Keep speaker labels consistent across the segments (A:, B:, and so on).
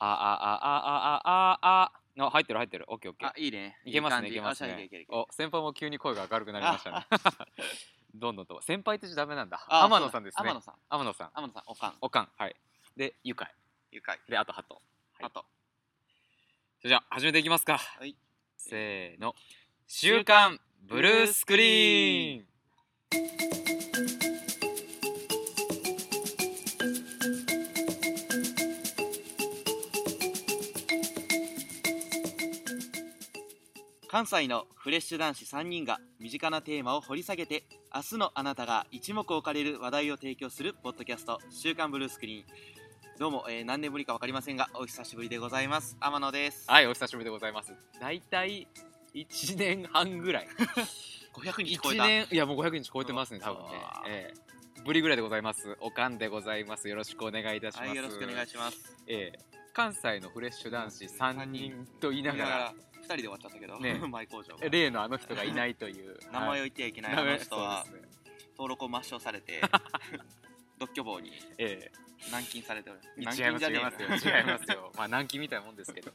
A: ああああああああ入ってる入ってるオッケーオッケー
B: あ、いいね。
A: いけますね
B: い
A: い
B: い
A: け
B: 感
A: ます
B: じあじゃあい
A: ね
B: けるいけるいける
A: お先輩も急に声が明るくなりましたねどんどんと先輩ってじゃダメなんだ
B: あ
A: 天野さんですね
B: 天野さん。
A: 天野さん
B: 天野さん、おかん。
A: おかんはいでゆかい
B: 愉快。
A: であとハトはい
B: あと。
A: それじゃあ始めていきますか
B: はい
A: せーの週刊ブルースクリーン
B: 関西のフレッシュ男子3人が身近なテーマを掘り下げて明日のあなたが一目置かれる話題を提供するポッドキャスト「週刊ブルースクリーン」どうも、えー何年ぶりか分かりませんがお久しぶりでございます天野です
A: はいお久しぶりでございます大体1年半ぐらい
B: 500人聞こ
A: 1
B: えた
A: 年いやもう500日超えてますね多分ね
B: うわ、
A: ええぶりぐらいでございますおかんでございますよろしくお願いいたします、
B: はいよろしくお願いします
A: ええ関西のフレッシュ男子3人と言いながら
B: 2人で終わっちゃったけど、
A: ね
B: 前工場が
A: 例のあの人がいないという
B: 名前を
A: を
B: 言ってはいけ
A: 名
B: ないあ
A: 前
B: の人は
A: そうですね
B: 登録を抹消さ れて独居房に
A: ええ
B: 軟禁されておる
A: 違い
B: 軟
A: ます
B: 禁
A: 違いますよ
B: じゃねえな
A: 違いますよ まあ軟禁みたいなもんですけど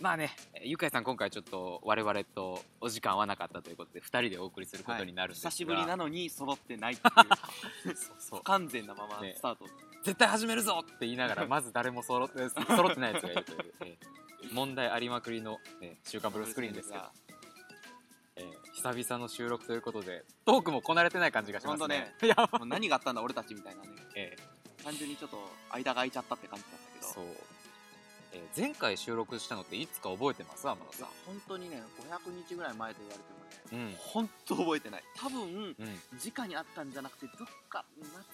A: まあねえーゆかいさん今回ちょっと我々とお時間合わなかったということで2人でお送りすることになるんですが、
B: 久しぶりなのに揃ってないってい う
A: そうそう
B: 不完全なままスタート、
A: 絶対始めるぞって言いな がらまず誰も揃って揃ってないやつがいるという、えー問題ありまくりの、えー週刊ブルースクリーンですけど、えー久々の収録ということでトークもこなれて ない感じがしますねやば、
B: もう何があったんだ俺たちみたいなね
A: え
B: 単純にちょっと間が空いちゃったって感じだったけ
A: ー
B: ど
A: そう、えー前回収録したのっていつか覚えてます天野
B: い
A: さ
B: や本当にね500日ぐらい前と言われてもね
A: んうん
B: 本当覚えてない多分
A: うん
B: 直にあったんじゃなくてどっか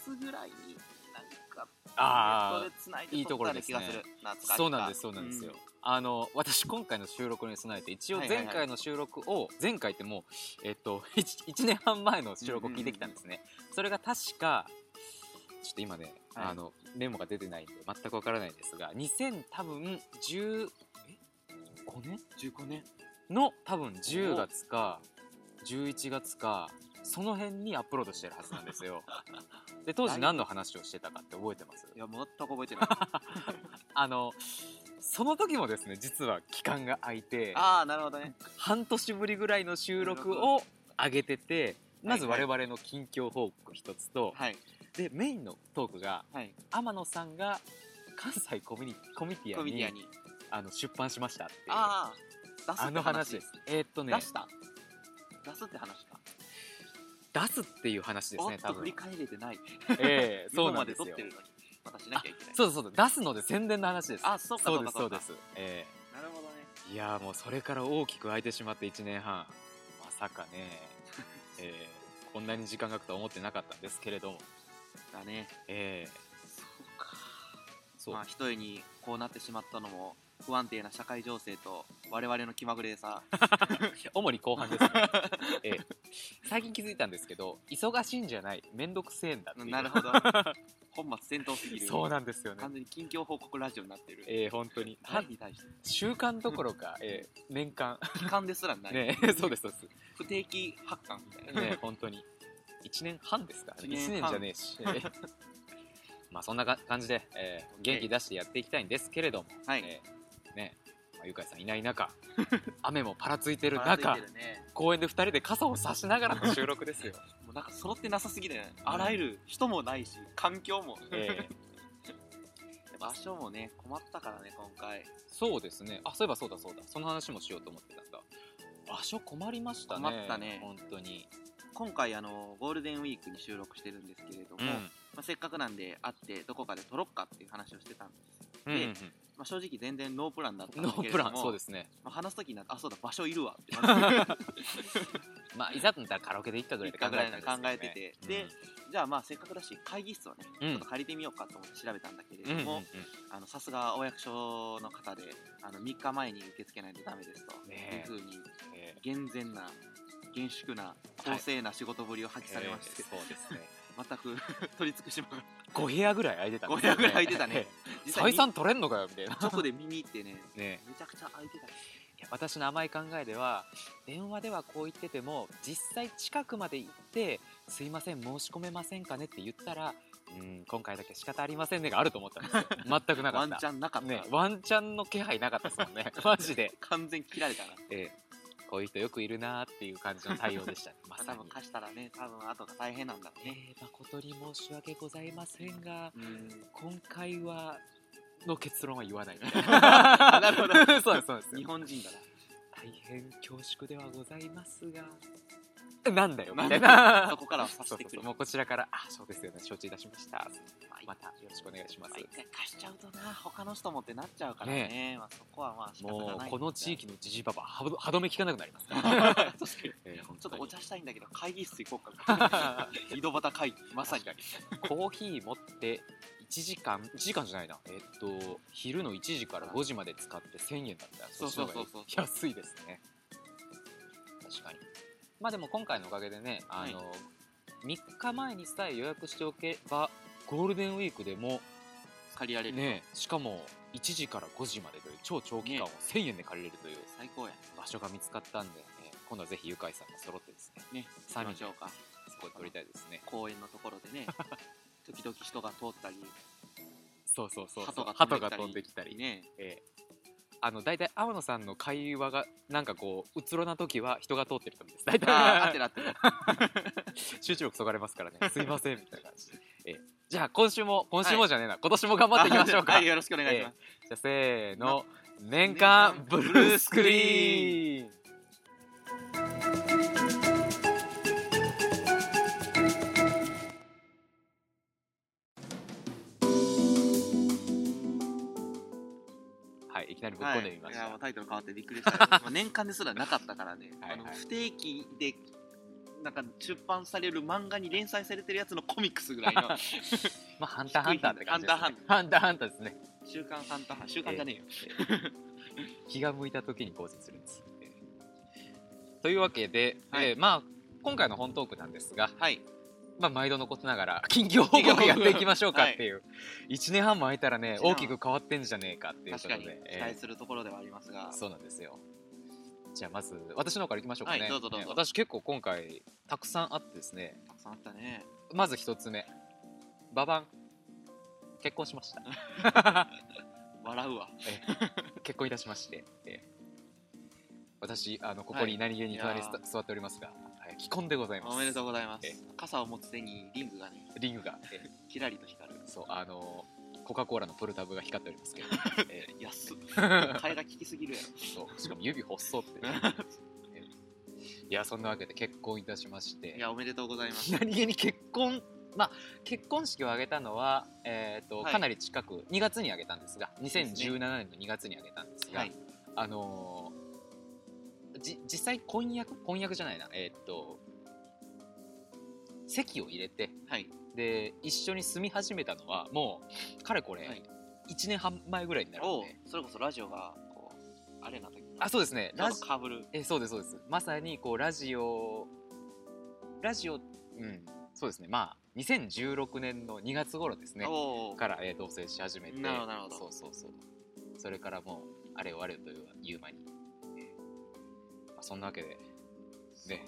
B: 夏ぐらいになんか
A: あー
B: ネットでつない
A: い
B: で
A: いとこ
B: 撮っ
A: ろ
B: たよ
A: で
B: うな
A: す
B: 気
A: ね
B: がする夏か
A: そうなんですそうなんですよ、あの私今回の収録に備えて一応
B: はいはいは
A: 前
B: い
A: 回の収録を前回ってもうえっと 1, 年半前の収録を聞いてきたんですね、それが確かちょっと今ね、
B: はい
A: あのメモが出てないんで全くわからないですが2000多分10え5年
B: 15年
A: の多分10月か11月かその辺にアップロードしてるはずなんです よで当時何の話をしてたかって覚えてます
B: いや全く覚え てない
A: あのその時もですね実は期間が空いて
B: ああなるほどね
A: 半年ぶりぐらいの収録
B: 収録
A: を上げててまず
B: は
A: 我
B: いはい
A: 々の近況報告一つと、
B: はい
A: でメインのトークが
B: はい
A: 天野さんが関西コミュニコミティア
B: コミ
A: に
B: ディアに
A: あの出版しましたっていうあ
B: ああ出すって
A: の話ですえーっとね
B: 出した出すって話か
A: 出すっていう話です
B: おっ
A: ね多
B: と振
A: 分
B: り返れてない
A: ええ
B: 日
A: そう
B: 本
A: な
B: ま
A: んで
B: です撮っ
A: よ
B: てるのにまたしなきゃいけない
A: そうそうそう出すので宣伝の話です
B: あそうか
A: そ
B: そうう
A: で
B: か
A: すそう
B: か
A: ですええ
B: なるほどね
A: いやーもうそれから大きく空いてしまって1年半まさかね、 えーこんなに時間が空くとは思ってなかったんですけれども、
B: だね
A: えー
B: そうか
A: そう、
B: まあひとえにこうなってしまったのも不安定な社会情勢と我々の気まぐ れさ
A: 主に後半ですね、 えー最近気づいたんですけど忙しいんじゃない面倒くせえんだっていう
B: なるほど本末転倒すぎる
A: そうなんですよね
B: 完全に近況報告ラジオになってる
A: えー本当に
B: 何に対して
A: 週間どころか、えー年間
B: 期間ですらない、
A: ね そうですそうです
B: 不定期発刊みたいな、
A: ね、 本当に1年半ですからね
B: 一
A: 1
B: 年
A: 年
B: 半
A: じゃねえしえ えまあそんなか感じで、えー元気出してやっていきたいんですけれども、
B: はい
A: えーねまあ、ゆかいさんいない 中雨もパラついてる
B: ばらつ
A: 中
B: いてるね
A: 公園で2人で傘を差しながらの収録 ですよ、
B: もうなんか揃ってなさすぎて、ね、あらゆる人もないし環境も、
A: ええ
B: 場所もね困ったからね今回
A: そうですねあそういえばそうだそうだその話もしようと思ってたんだ場所困りましたね
B: 困ったね
A: 本当に、
B: 今回あのゴールデンウィークに収録してるんですけれども、まあ、せっかくなんで会ってどこかで撮ろっかっていう話をしてたんです、
A: うんうん
B: まあ、正直全然ノープランだった
A: うんん、
B: だ
A: ノ
B: け
A: ー
B: れ
A: プ
B: ども
A: ランそうですね
B: まあ、話す時になってあそうだ場所いるわって なって
A: まあいざとなったらカラオケで行ったぐらいで考えたんですよね
B: 考えててでじゃあまあせっかくだし会議室をね
A: うん
B: ちょっと借りてみようかと思って調べたんだけれ
A: うん
B: ど
A: うんうん
B: も
A: うん
B: あのさすがお役所の方であの3日前に受け付けないとダメですとい
A: ねえ
B: うふうに
A: ええ
B: 厳然な厳粛な公正な仕事ぶりを発揮されまし
A: え
B: て、
A: ーそうです ね
B: 全く 取り尽くしまが
A: 5部屋ぐらい空いてたんです
B: 5部屋ぐらい空いてたね
A: え採算取れんのかよみたいな
B: 直で見に行って ね
A: ね
B: めちゃくちゃ空いてたり
A: 私の甘い考えでは電話ではこう言ってても実際近くまで行って「すいません申し込めませんかね」って言ったらうん今回だけ仕方ありませんねがあると思ったん ですよ全くなか
B: ワ
A: っ
B: ン
A: た
B: チャンなかった、
A: ねワンチャンの気配なかったですもん ねマジで、
B: 完全切られたな
A: ええ、こういう人よくいるなーっていう感じの対応でしたねまさ
B: 多
A: に
B: 分貸したらね多分後が大変なんだろうね
A: えー誠に申し訳ございませんが
B: うん
A: 今回はの結論は言わ ない
B: なるほど
A: そうですそうです
B: 日本人だな
A: 大変恐縮ではございますがなんだよみたい
B: なんだ
A: な
B: よそこからは察してくる
A: そうそうそうもうこちらからあそうですよね承知いたしました
B: ま
A: ま
B: あ
A: たよろしくお願いします、
B: 一回貸しちゃうとな他の人もってなっちゃうからねまあ、そこはまあ仕方がない
A: もうこの地域のジジババ歯ど歯止め効かなくなりますから
B: 確かに
A: えー本
B: ち
A: 当
B: ょっ
A: に
B: とお茶したいんだけど会議室行こ うか井戸端会議まさに
A: 確コーヒー持って1時間1時間じゃないなえっと昼の1時から5時まで使って1000円だったら
B: そうそうそうそう
A: っちの方が安いですね確かにまあでも今回のおかげでねあの、3日前にさえ予約しておけばゴールデンウィークでも
B: 借りられる、
A: ねしかも1時から5時までという超長期間を
B: ね
A: 1000円で借りれるという
B: 最高や
A: 場所が見つかったんで、えー今度はぜひゆかいさんが揃ってですね
B: ね
A: 三
B: 行
A: 人
B: きましょうか
A: そこで撮りたいですね
B: 公園のところ でね時々人が通ったり
A: そうそうそう
B: 鳩が
A: 鳩が飛んできたり
B: ね
A: ええあの大体天野さんの会話がなんかこううつろな時は人が通ってる時です大
B: あー合って
A: 体
B: る合って る
A: 集中力そがれます からねすいませんみたいな感じで、ええじゃあ今週も今週もじゃねえな、今年も頑張っていきましょうか、
B: はいよろしくお願いします、
A: じゃあせーの年間ブルースクリーンはいいきなりぶっ
B: は
A: 込
B: い、
A: んでみまし
B: い
A: た、
B: やもうタイトル変わってびっくりしたけどま あ年間ですらなかったからね
A: はいはい
B: あの不定期でなんか出版される漫画に連載されてるやつのコミックス ぐらいの
A: まあハンターハンターって感じです、ね、
B: ハンター
A: ハンターハンターですね
B: 「週刊ハンターハン」週刊じゃねえよ、
A: 気が向いた時に構成するんです、えーというわけで、
B: はい
A: えーまあ今回の本トークなんですが、
B: はい
A: まあ、毎度のことながら 近況報告やっていきましょうかっていう、1年半も空いたらね
B: 一年半
A: 大きく変わってんじゃねえかっていうこ
B: 確
A: と
B: か
A: で
B: に期
A: え
B: 待するところではありますが
A: ー、そうなんですよじゃあまず私の方からいきましょうかね、
B: はいどうぞどうぞ
A: ね私結構今回たくさんあってですね
B: たくさんあったね
A: まず一つ目ババン結婚しました
B: 笑うわ
A: 結婚いたしまして、えー私あのここ
B: はい
A: に何気に隣に
B: いや
A: 座っておりますが、はい、既婚でございます
B: おめでとうございま
A: え
B: す傘を持つ手にリングがね
A: リングが、え
B: キラリと光る
A: ーそうあのコカ・コーラのプルタブが光っております けど、えー
B: 安っ替えが利きすぎるや
A: そうしかも指細 ってね、えいやそんなわけで結婚いたしまし
B: ろ
A: て
B: いやおめでとうございます
A: 何気に結婚まあ結婚式を挙げたのは、えーと
B: はい
A: かなり近く2月に挙げたんですが
B: です
A: 2017年の2月に挙げたんですが、
B: はい
A: あのーじ実際婚約婚約じゃないなえっ、と席を入れて
B: はい
A: で一緒に住み始めたのはもうかれこれ、
B: はい
A: 1年半前ぐらいになるん
B: おう
A: で
B: それこそラジオがこうあれな時に
A: あそうですね
B: ラ
A: ラジ
B: ジかぶる
A: えそうですそうですまさにこうラジオラジオうんそうですねまあ2016年の2月頃ですね
B: おう
A: から、えー同棲し始めて
B: なるほどなるほど
A: そうそうそうそれからもうあれをあれという間に、えーまあ、そんなわけでね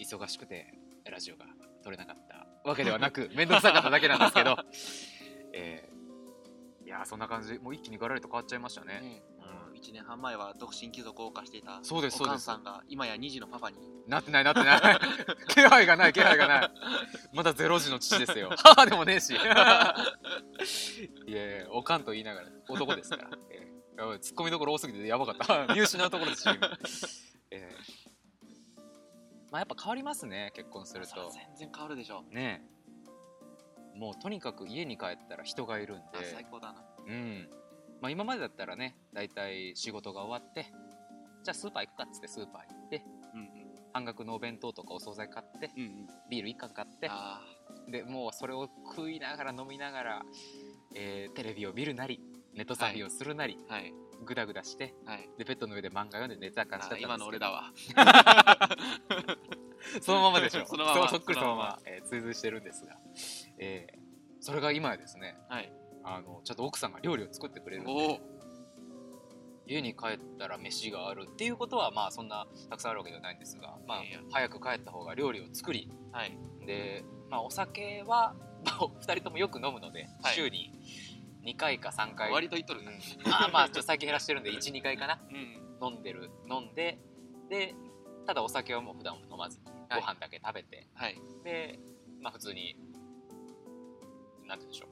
A: 忙しくてラジオが撮れなかったわけではな く面倒くさかっただけなんですけど、えーいやーそんな感じもう一気にガラリと変わっちゃいましたね
B: ね、1年半前は独身貴族を謳歌していた
A: そうです
B: お
A: そう
B: 母
A: です
B: さんが今や2児のパパ に
A: なってないなってない 気配がない気配がないまだゼロ時の父です よ母でもねえしいやいやおかんと言いながら男ですか ら、ええやばいツッコミどころ多すぎてやばかった 見失うところですし今ええまあやっぱ変わりますね結婚する
B: そら
A: と
B: 全然変わるでしょ、
A: ねえもうとにかく家に帰ったら人がいるん
B: あ
A: で
B: 最高だな
A: うんまあ、今までだったらね大体仕事が終わってじゃあスーパー行くかっつってスーパー行って
B: うんうん
A: 半額のお弁当とかお惣菜買って
B: うんうん
A: ビール1缶買って
B: あ
A: でもうそれを食いながら飲みながら、えーテレビを見るなりネットサーフィンをするなり、
B: ーはい
A: グダグダして
B: はい
A: でベッドの上で漫画読んで寝てた感じだったんで
B: あ
A: すけど
B: 今の俺だ わ
A: そのままでしょ
B: そのまま
A: そうそっくりそ
B: その
A: の
B: ま
A: ま
B: ま
A: ま、えー追随してるんですが、えーそれが今やですね
B: はい
A: あのちょっと奥さんが料理を作ってくれるんで
B: おお
A: 家に帰ったら飯があるっていうことはまあそんなたくさんあるわけではないんですが、まあ
B: いやいや、
A: 早く帰った方が料理を作り
B: はい
A: で、まあ、お酒は と2人ともよく飲むので、
B: はい
A: 週に2回か3回
B: 割と言っとるな
A: うんまあまあちょっと最近減らしてるんで12回かな
B: うん
A: 飲んでる飲んででただお酒はもう普段は飲まず
B: は
A: ご
B: い
A: 飯だけ食べて、
B: はい
A: でまあ普通になんて言うんでしょ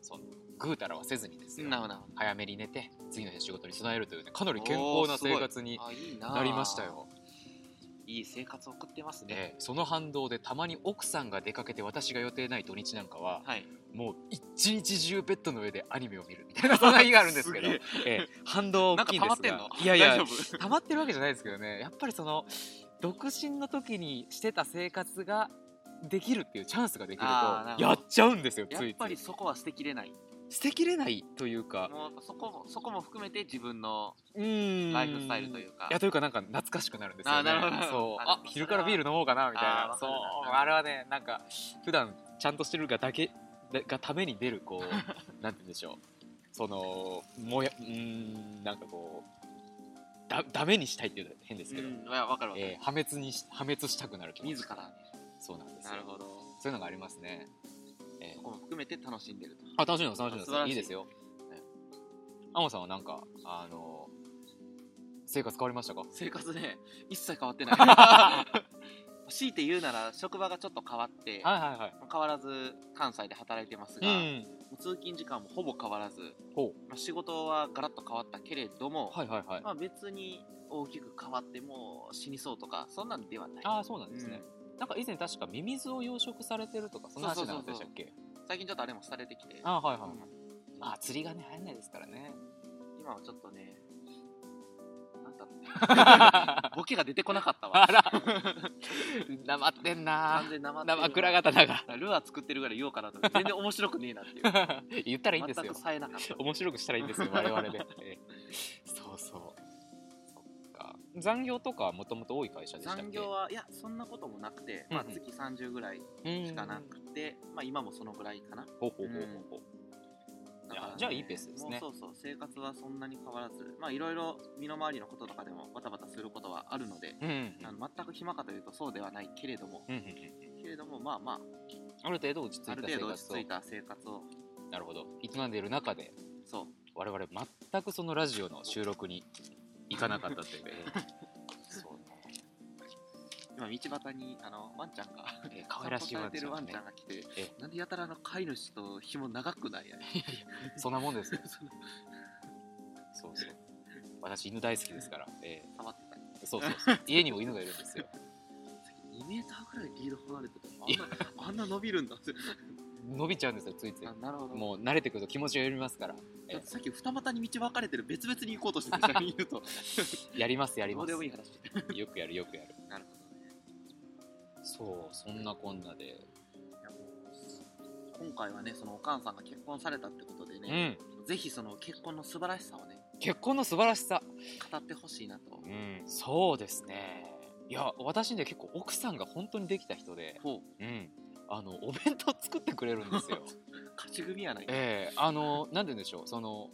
A: うそのぐうたらはせずにですよ
B: なるほどなる
A: 早めに寝て次の日の仕事に備えるというねかなり健康な生活に
B: ほどあいいな
A: なりましたよ
B: いい生活を送ってますね
A: でその反動でたまに奥さんが出かけて私が予定ない土日なんかは
B: はい
A: もう一日中ベッドの上でアニメを見るみたいなそんな日があるんですけど
B: すげえ
A: ええ反動大
B: なんか
A: きいんで
B: 溜
A: す
B: ま
A: が
B: ってんの
A: いやいや
B: 大丈夫
A: 溜まってるわけじゃないですけどねやっぱりその独身の時にしてた生活ができるっていうチャンスができる
B: あーなるほ
A: と
B: ど
A: やっちゃうんですよつい
B: や
A: つい
B: っぱりそこは捨てきれない
A: 捨てきれないというか
B: もうそこもそこも含めて自分の
A: うーん
B: ライフスタイルというか
A: やというかなんか懐かしくなるんですよね
B: あなるほど
A: そう
B: あ
A: あ
B: でも
A: 昼からビール飲もうかなみたい
B: あ
A: な
B: わか
A: そう
B: るな
A: あれはねなんか普段ちゃんとしてるがだけだがために出るこう なんて言うんでしょうそのもやうーんなんかこうだダメにしたいっていうのは変ですけど、
B: うんいやわかるわかる
A: えー破滅にし破滅したくなる気持ち
B: 自ら
A: そうなんですよ
B: なるほど
A: そういうのがありますね、え
B: そ
A: ー
B: こも含めて楽しんでると
A: あ楽しいの楽しいの
B: 素晴らしい
A: いいですよねアモさんはなんかあの生活変わりましたか
B: 生 活ね一切変わってない強いて言うなら職場がちょっと変わって
A: はいはいはい
B: 変わらず関西で働いてますが、
A: うん
B: 通勤時間もほぼ変わらず、
A: ほ
B: まあ、仕事はガラッと変わったけれども、
A: うはいはいはい
B: まあ、別に大きく変わってもう死にそうとかそんなんではない
A: ああそうなんですね、なんか以前確かミミズを養殖されてるとかそんな話じゃなかったでしたっけ
B: 最近ちょっとあれもされてきて
A: あーはいはい、
B: うん
A: あー釣りがね流行んないですから ね
B: 今はちょっとねなんだろうね ボケが出てこなかったわ
A: あら なまってんな
B: 完全生
A: 生倉方だが
B: ルアー作ってるぐらい言おうかなと 思って全然面白くねえなっていう
A: 言ったらいいんです
B: 全
A: よ
B: く冴えなかった
A: 面白くしたらいいんです よ我々で、ええそうそうそっか残業とかはもともと多い会社でしたっけ
B: 残業はいやそんなこともなくて、まあ、
A: うんうん
B: 月30ぐらいしかなくて、まあ、今もそのぐらいかな
A: ほうほうほうほうほう
B: だからね
A: じゃあいいペースですね
B: もうそうそう生活はそんなに変わらずまあいろいろ身の回りのこととかでもバタバタすることはあるので、
A: うんうん
B: あの全く暇かというとそうではないけれども
A: うんうん
B: けれどもまあまあ
A: ある程度落ち着
B: あ
A: い
B: る
A: た
B: 程
A: 生
B: 度落ち
A: 活を
B: 着いた生活を
A: なるほど営んでいる中で
B: そう
A: 我々全くそのラジオの収録に行かなかったと いう、ええそうね
B: 今道端にあのワンちゃんが
A: ええ可愛らしい
B: 散
A: ワン
B: 歩されて
A: ちゃ
B: るワ
A: ん
B: ン
A: が
B: ちゃ
A: ね
B: んが来て、
A: え
B: なんでやたらあの飼い主と紐長くないやね
A: そんなもんですよ
B: その
A: そうそう私犬大好きですから、え
B: 触ってたり
A: えそうそうそう家にも犬がいるんですよ
B: 2メーターぐらいリード離れててあんなあんな伸びる んだって
A: 伸びちゃうんですよついつい
B: あなるほど
A: もう慣れてくると気持ちが緩みますから
B: だってさっき二股に道分かれてる別々に行こうとしてた人い ると
A: やりますやり
B: ど
A: ま
B: う
A: す
B: でもいい
A: よ
B: 話して
A: くやるよくやる
B: なるほどね
A: そうそんなこんなで
B: いやもう今回はねそのお母さんが結婚されたってことで
A: う
B: ね、
A: ん
B: ぜひその結婚の素晴らしさをね
A: 結婚の素晴らしさ
B: 語ってほしいなと、
A: うんそうですねいや私ね結構奥さんが本当にできた人で
B: ほ
A: うんあのお弁当作ってくれるんです よ
B: う勝ち組やないか、
A: ええあのなんて言うんでしょうその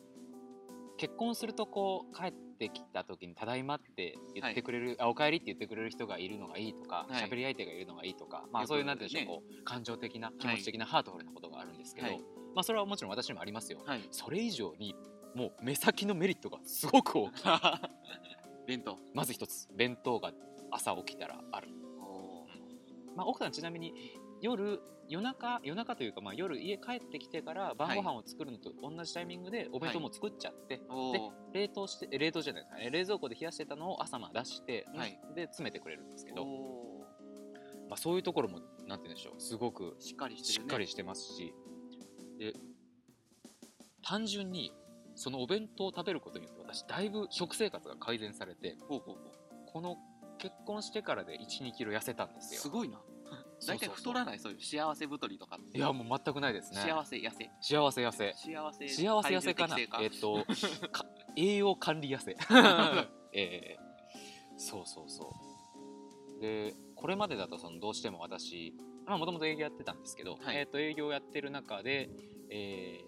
A: 結婚するとこう帰ってきた時に「ただいま」って言ってくれる「あおかえり」って言ってくれる人がいるのがいいとか
B: はい
A: 喋、り相手がいるのがいいとか、ま
B: よ
A: あ、
B: く
A: そういうなんて言うんでしょう,、
B: ね
A: こう感情的な気持ち的なハートフルなことがあるんですけど、
B: はい
A: まあ、それはもちろん私にもありますよ、
B: はい
A: それ以上にもう目先のメリットがすごく大きい
B: 弁当
A: まず一つ弁当が朝起きたらある、
B: お
A: まあ、奥さんちなみに夜夜中夜中というか、まあ、夜家帰ってきてから晩ご飯を作るのと同じタイミングでお弁当も作っちゃって、
B: ーおー
A: 冷凍してえ冷凍じゃないですかね冷蔵庫で冷やしてたのを朝まで出して、
B: はい
A: で詰めてくれるんですけど、
B: お
A: まあ、そういうところもなんて言うんでしょうすごく
B: ーしっかりして
A: し
B: る
A: っ
B: ね
A: かりしてますし、で単純にそのお弁当を食べることによって私だいぶ食生活が改善されて
B: ほうほうほ
A: この結婚してからで1 2キロ痩せたんで
B: う
A: すよ
B: すごいな大体太ら
A: い
B: ないそういう幸せ太りとか
A: いやもう全くないですね
B: 幸せ痩せ
A: 幸せ痩せ
B: 幸せ
A: 幸せ痩せかな
B: 体重適正
A: えっと か栄養管理痩せ ええそうそうそうでこれまでだとそのどうしても私もともと営業やってたんですけど、
B: はい
A: えっと営業をやってる中で、え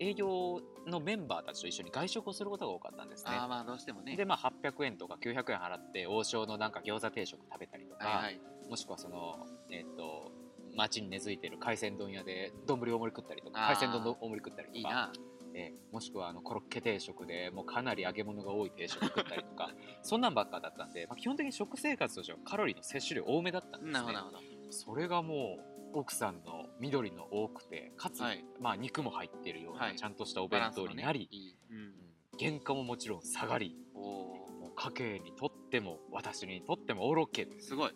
A: ー営業のメンバーたちと一緒に外食をすることが多かったんですね
B: ああまあどうしてもね
A: でまあ800円とか900円払って王将のなんか餃子定食食べたりとか、
B: はいはい
A: もしくはそのえっ、と町に根付いてる海鮮丼屋で丼大盛り食ったりとか
B: あー
A: 海鮮丼の大盛り食ったりとか
B: いいな
A: えーもしくはあのコロッケ定食でもうかなり揚げ物が多い定食食ったりとかそんなんばっかだったんで、まあ、基本的に食生活としてはカロリーの摂取量多めだったんですね
B: なるほどなるほど
A: それがもう奥さんの緑の多くてかつ、
B: はい
A: まあ、肉も入ってるような、
B: はい
A: ちゃんとしたお
B: バラ
A: 弁
B: ンス
A: 当
B: の
A: に
B: ね
A: なり、
B: いいうん
A: うん原価ももちろん下がり
B: おお
A: もう家計にとっても私にとってもオールオッケーです
B: すごい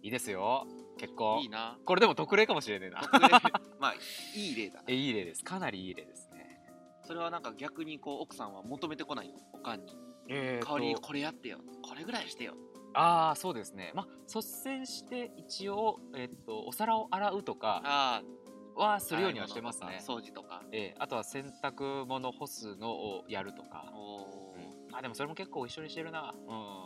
A: いいですよ結婚
B: いい な
A: これでも特例かもしれねえな
B: まあいい例だ
A: えいい例ですかなりいい例ですね
B: それはなんか逆にこう奥さんは求めてこないのおかんに
A: え
B: 代わりにこれやってよこれぐらいしてよ
A: ああそうですねまあ率先して一応、えっとお皿を洗うとか
B: ああ
A: はするようにはしてます
B: 洗
A: ね
B: い物とか掃除とか
A: ええあとは洗濯物干すのをやるとか
B: おお
A: うんあでもそれも結構一緒にしてるなうん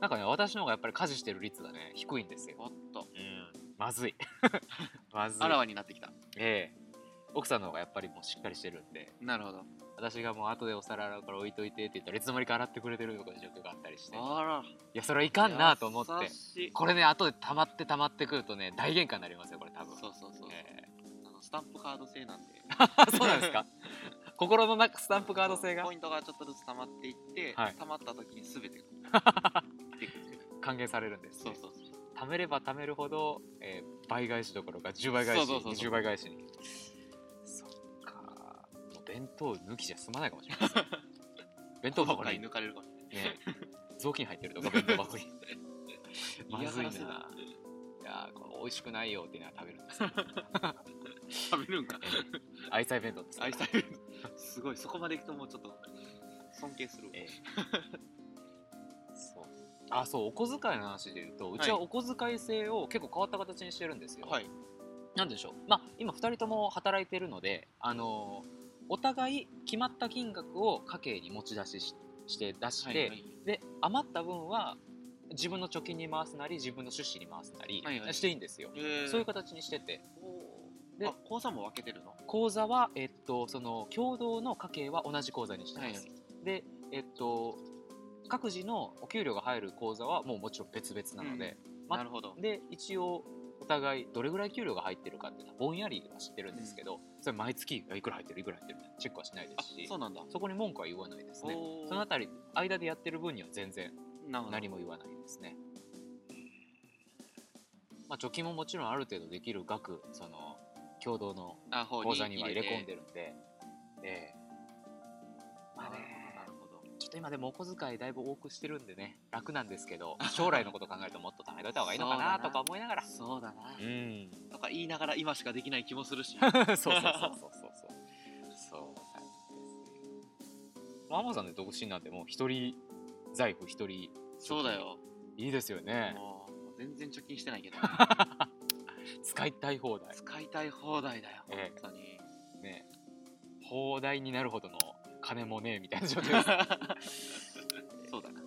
A: なんかね私の方がやっぱり家事してる率がね低いんですよ、
B: おっと
A: うん、まずい まずい
B: あらわになってきた
A: ええ奥さんの方がやっぱりもうしっかりしてるんで
B: なるほど
A: 私がもう後でお皿洗うから置いといてって言ったらいつの間にか洗ってくれてるとかいう状況があったりしてい
B: あら
A: やそれはいかんなと思って
B: 優しい
A: これね後で溜まって溜まってくるとね大喧嘩になりますよこれ多分
B: そうそうそう、
A: ええ
B: あのスタンプカード制なんで
A: あ そうなんですか心の中スタンプカード制が
B: ポイントがちょっとずつ溜まっていって、
A: はい
B: 溜まった時に全てが 出てくる
A: 還元されるんです、
B: そう
A: ね、
B: そうそう
A: 貯めれば貯めるほど、えー倍返しどころか10倍返し
B: そうそうそうそ
A: 20
B: う
A: 倍返しにそっかもう弁当抜きじゃ済まないかもしれないです ね弁当
B: ど
A: 箱
B: こかに
A: に、
B: 抜
A: ね、
B: かれるかもしれない
A: 雑巾入ってるとか弁当箱 にまずい
B: 嫌
A: な
B: がらせだ
A: いやーこれ美味しくないよっていうのは食べるんですよ
B: 食べるんか
A: 愛妻弁当です
B: 愛されるすごいそこまでいくともうちょっと尊敬するわ
A: ええそうあそうお小遣いの話で言うとうちは
B: は
A: お小遣い制を結構変わった形にしてるんですよ、
B: はい
A: なんでしょうまあ今2人とも働いてるのであのーお互い決まった金額を家計に持ち出ししして出して、
B: はいはい
A: で余った分は自分の貯金に回すなり自分の出資に回すなり、
B: はいはい
A: していいんですよ、
B: えー
A: そういう形にしてて
B: おー
A: で
B: あ高さも分けてるの
A: 口座は、えっと、その共同の家計は同じ口座にしてます、で、えっと、各自のお給料が入る口座はもうもちろん別々なので、ま
B: なるほど
A: で一応お互いどれぐらい給料が入ってるかっていうのはぼんやりは知ってるんですけど、それ毎月いくら入ってるいくら入ってるってチェックはしないで
B: あ
A: すし
B: そうなんだ
A: そこに文句は言わないですね
B: おー
A: そのあたり間でやってる分には全然
B: なるほど
A: 何も言わないですね、まあ、貯金ももちろんある程度できる額その共同の
B: あほう
A: 口座には入れ込ん
B: て
A: でるんで、ええまあね
B: なるほど
A: ちょっと今でもお小遣いだいぶ多くしてるんでね楽なんですけど将来のこと考えるともっと貯めといた方がいいのかなとか思いながら
B: そうだな、
A: ん
B: とか言いながら今しかできない気もする し
A: そうそうそうそうそうそうそうなんですよママさんで独身なんてもう一人財布一人い
B: そうだよ、
A: いですよね
B: もう全然貯金して ないけど
A: 使いたい放題
B: 使いたい放題だよ、
A: ええ
B: 本当に
A: ね放題になるほどの金もねえみたいな状況 です
B: そうだな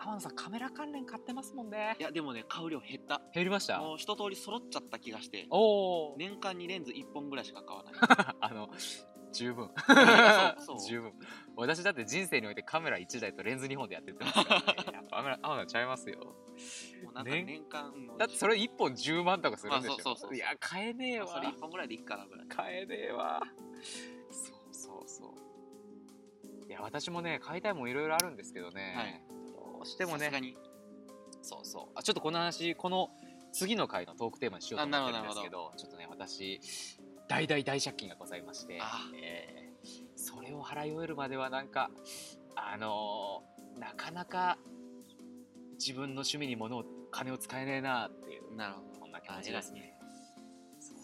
A: 天野さんカメラ関連買ってますもんね
B: いやでもね買う量減った
A: 減りました
B: もう一通り揃っちゃった気がして
A: おお、
B: 年間にレンズ1本ぐらいしか買わない
A: あの十分
B: そうそう
A: 十分私だって人生においてカメラ1台とレンズ2本でやってってます から、ね、やっぱカメラ青がちゃいますよ
B: もうなんか
A: 年
B: 年間もう
A: だってそれ1本10万とかするんでしょ、
B: まあそうそうそうそう
A: や買えねえ
B: ま
A: わ
B: あそれ1本ぐらいでいいかなぐらい
A: 買えねえわそうそうそういや私もね買いたいもんいろいろあるんですけどね、
B: はい
A: どうしても
B: さすが
A: ね
B: に
A: そうそうあちょっとこの話この次の回のトークテーマにしようと思ってるんですけどちょっとね私大大大借金がございまして
B: ああ
A: えーそれを払い終えるまではなんかあのーなかなか自分の趣味に物を金を使えねえなっていう
B: なるほ
A: こんな感じですね。そう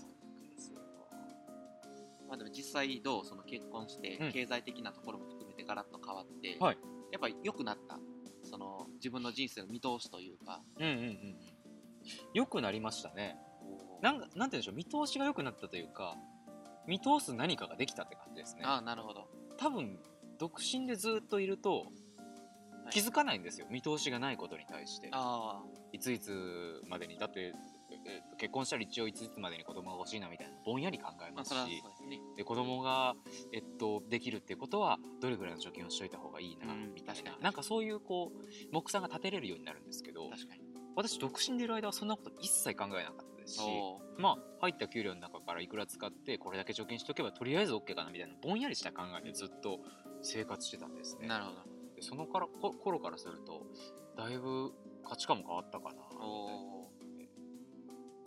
A: ですよ
B: ど、まあ、でも実際どうその結婚して
A: うん
B: 経済的なところも含めてガラッと変わって、
A: はい
B: やっぱり良くなったその自分の人生の見通しというか
A: うんうんうんうん。良くなりましたね。なんかなんて言うんでしょう見通しが良くなったというか見通す何かができたって感じですね。
B: ああなるほど
A: 多分独身でずっといると
B: はい
A: 気づかないんですよ、見通しがないことに対して
B: あ
A: いついつまでにだって、えっと結婚したら一応いついつまでに子供が欲しいなみたいなぼんやり考え
B: あま
A: ま
B: あ
A: すし、
B: それはそうですね
A: で子供がえっとできるってことはどれぐらいの貯金をしといた方がいいな
B: うん
A: みたい
B: 確か
A: な、
B: に
A: なんかそういうこう目算が立てれるようになるんですけど
B: 確かに
A: 私独身でいる間はそんなこと一切考えなかったですし
B: おー
A: まあ入った給料の中からいくら使ってこれだけ貯金しとけばとりあえず OK かなみたいなぼんやりした考えでずっと生活してたんですね
B: なるほど
A: でそのからこ頃からするとだいぶ価値観も変わったかなみたいな
B: おー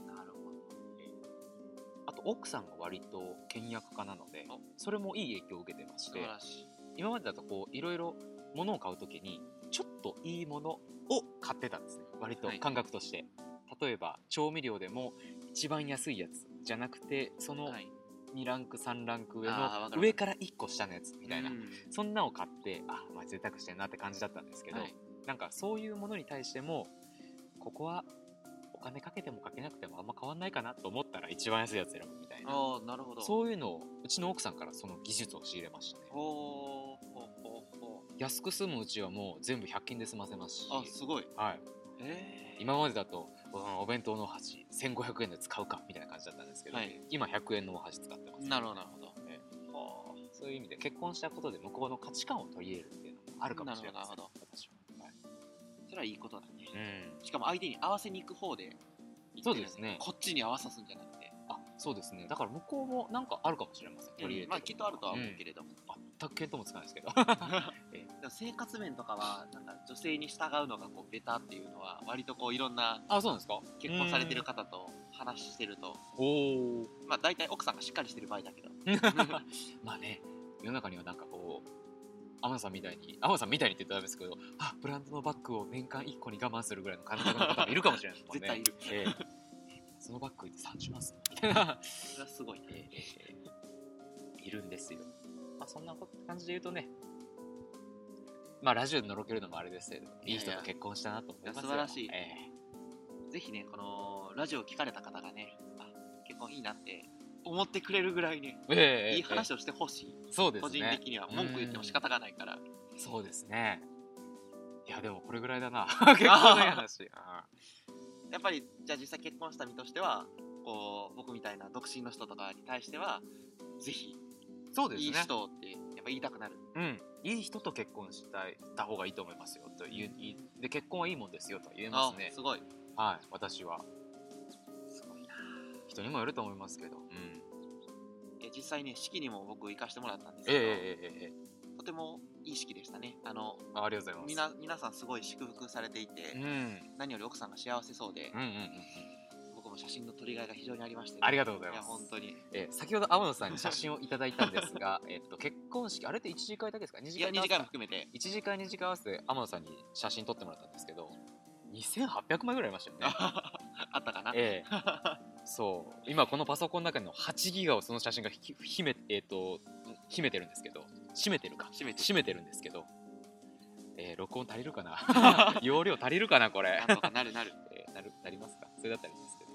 A: なるほどあと奥さんが割と倹約家なので
B: お
A: それもいい影響を受けてまし
B: 素
A: て
B: 晴らしい
A: 今までだとこういろいろ物を買うときにちょっといいものを買ってたんですね割と
B: はい
A: 感覚として、例えば調味料でも一番安いやつじゃなくてその
B: はい
A: 2ランク3ランク上
B: あーわかるわか
A: の
B: る
A: 上から1個下のやつみたいな、
B: うん
A: そんなを買ってあまあ贅沢してんなって感じだったんですけど、
B: はい
A: なんかそういうものに対してもここはお金かけてもかけなくてもあんま変わんないかなと思ったら一番安いやつ選ぶみたいな
B: ああなるほどう
A: そういうのをうちの奥さんからその技術を仕入れましたね
B: おおお
A: 安く済むうちはもう全部100均で済ませますし、
B: あすごい
A: はい、
B: ええ
A: 今までだと、うんお弁当のお箸1500円で使うかみたいな感じだったんですけど、
B: はい
A: 今100円のお箸使ってます、
B: なるほどなるほど
A: ええそういう意味で結婚したことで向こうの価値観を取り入れるっていうのもあるかもしれません
B: なるほ
A: 私は、はい
B: それはいいことだね
A: うん、
B: しかも相手に合わせに行く方で行
A: そ
B: っ
A: う
B: てる
A: で
B: よ
A: すね
B: こっちに合わさすんじゃなくて
A: あそうですねだから向こうもなんかあるかもしれません取り入れてる
B: まあきっとあるとは思う
A: れ
B: けれども、
A: ど、うん全く見当もつかないですけど
B: でも生活面とかはなんか女性に従うのがこうベタっていうのは割とこういろんな
A: あそうなんですか
B: 結婚されてる方と話してると、
A: おおー
B: まあ大体奥さんがしっかりしてる場合 だけど
A: まあね世の中にはなんかこう天野さんみたいに天野さんみたいにって言ったらダメですけどあブランドのバッグを年間1個に我慢するぐらいの感覚の方もいるかもしれないですもんね
B: 絶対いる
A: ええそのバッグって30万す るみたいな
B: それはすごいね、
A: ええいるんですよ、まあ、そんなこと感じで言うとねまあラジオでのろけるのもあれですけどいい人と結婚したなと思いますよ
B: いやいや素晴らしい
A: ええ
B: ぜひねこのラジオを聞かれた方がねあ結婚いいなって思ってくれるぐらいね
A: ええええ
B: いい話をしてほしい、
A: そうですね
B: 個人的には文句言っても仕方がないから、
A: そうですねいやでもこれぐらいだ な結構ない話あ
B: やっぱりじゃあ実際結婚した身としてはこう僕みたいな独身の人とかに対してはぜひ
A: ーそうですね
B: いい人ってやっぱ言いたくなる
A: うん、いい人と結婚したいた方がいいと思いますよと言う、いで結婚はいいもんですよとは言えますね
B: あすごい
A: はい私は
B: すごいな
A: 人にもよると思いますけど、うん、
B: いや実際ね式にも僕行かしてもらったんです
A: え
B: け
A: え
B: ど、
A: ええええええ
B: とてもいい式でしたねあの
A: あありがとうござ
B: み
A: いま
B: な皆さんすごい祝福されていて、
A: すうんうん
B: 何より奥さんが幸せそうで
A: うんう、んうん
B: 僕も写真の撮りがいが非常にありましてね、
A: ありがとうござい
B: いや
A: ます
B: 本当に
A: えー先ほど天野さんに写真をいただいたんですが えっと結婚式あれって1次会だけですか2
B: い
A: 次
B: や
A: 会
B: 2時間も含めて
A: 1次会2次会合わせて天野さんに写真撮ってもらったんですけど2800枚ぐらいありましたよね
B: あったかな、
A: ええそう今このパソコンの中の8ギガをその写真がひ秘め,、えー、と秘めてるんですけど閉めてるか
B: 閉めて
A: 閉めてるんですけど、えー録音足りるか な容量足りるかなこれ、
B: なんとかなる なる
A: えーなるなりますかそれだったらいいんですけど、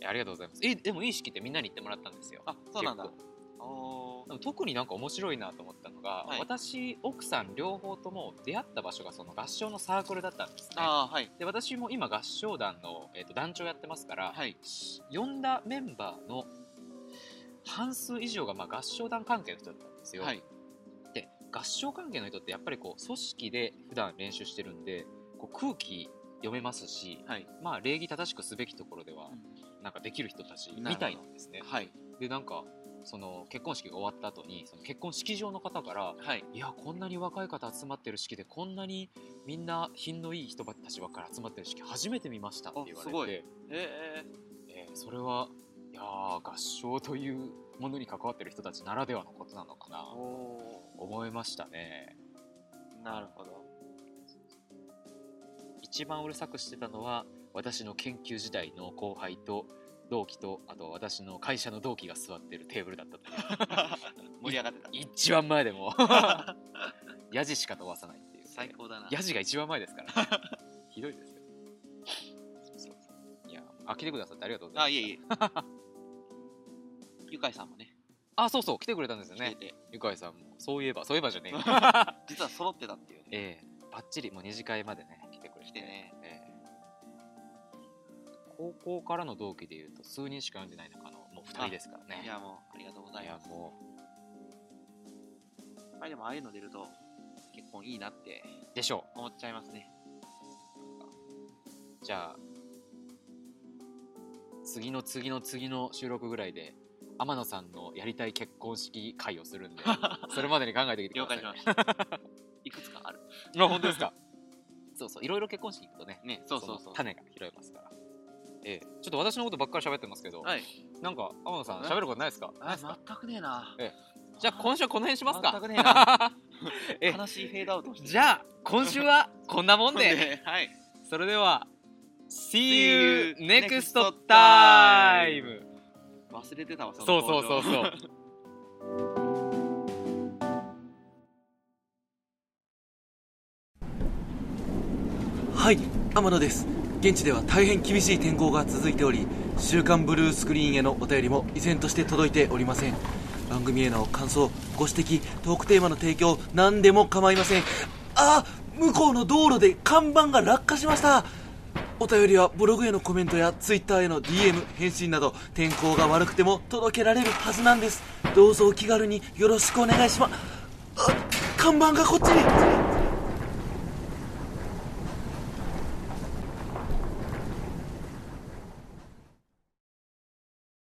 A: えーありがとうございますえでもいい式ってみんなに言ってもらったんですよ
B: あそうなんだ
A: 結構
B: おー
A: でも特になんか面白いなと思ったのが、
B: はい
A: 私奥さん両方とも出会った場所がその合唱のサークルだったんですね
B: あーはい
A: で私も今合唱団の、えー、と団長やってますから、
B: はい
A: 呼んだメンバーの半数以上がまあ合唱団関係の人だったんですよ、
B: はい
A: で合唱関係の人ってやっぱりこう組織で普段練習してるんでこう空気読めますし、
B: はい
A: まあ、礼儀正しくすべきところではなんかできる人たちみたいなんですね
B: はい
A: でなんかその結婚式が終わった後にその結婚式場の方から
B: はい
A: いやこんなに若い方集まってる式でこんなにみんな品のいい人たちばっかり集まってる式初めて見ましたって言われ
B: あすご
A: て
B: いえ
A: えーそれはいやー合唱というものに関わってる人たちならではのことなのかな
B: ー、お
A: 思いましたね
B: ーなるほど
A: 一番うるさくしてたのは私の研究時代の後輩と同期とあと私の会社の同期が座ってるテーブルだったという
B: 盛り上がってた
A: 一番前でもヤジしか飛ばさ ないっていうね、
B: 最高だな
A: ヤジが一番前ですから、ね、ひどいですよそうそうそういやあ来てくださってありがとうございます
B: あいえ いえゆかいさんもね
A: あそうそう来てくれたんですよ
B: 来て
A: ね
B: て、
A: ゆかいさんもそういえばそういえばじゃねえよ
B: 実は揃ってたっていうね
A: ええバッチリもう二次会までね来てくれて
B: 来てね
A: ええ高校からの同期でいうと数人しか読んでない中のもう2人ですからね
B: いやもうありがとうござ
A: い
B: い
A: や
B: ます
A: も
B: やっぱりでもああいうの出ると結婚いいなって
A: うでしょ
B: 思っちゃいますね
A: うじゃあ次の次の次の収録ぐらいで天野さんのやりたい結婚式会をするんで それまでに考えてきてく
B: 了
A: ださ
B: 解
A: い
B: しま したいくつかある
A: あ本当ですか そうそういろいろ結婚式行くとね
B: ねそうそ
A: そ
B: うそ
A: の
B: う
A: 種が拾えますからええちょっと私のことばっかり喋ってますけど、
B: はい
A: なんか天野さん喋ることないですかない
B: あ
A: ですか
B: 全くねえな
A: えじゃあ今週はこの辺しますか
B: 全くねえな
A: え
B: 悲しいフェードアウトしてる
A: じゃあ今週はこんなもん で
B: ではい
A: それでは
B: See
A: See you
B: you
A: next
B: next
A: time!
B: 忘れてたわ
A: そうそうそう
B: う
A: そう
C: はい天野です現地では大変厳しい天候が続いており「週刊ブルースクリーン」へのお便りも依然として届いておりません番組への感想ご指摘トークテーマの提供何でも構いませんあ向こうの道路で看板が落下しましたお便りはブログへのコメントやツイッターへの DM 返信など天候が悪くても届けられるはずなんですどうぞお気軽によろしくお願いしまあ看板がこっちに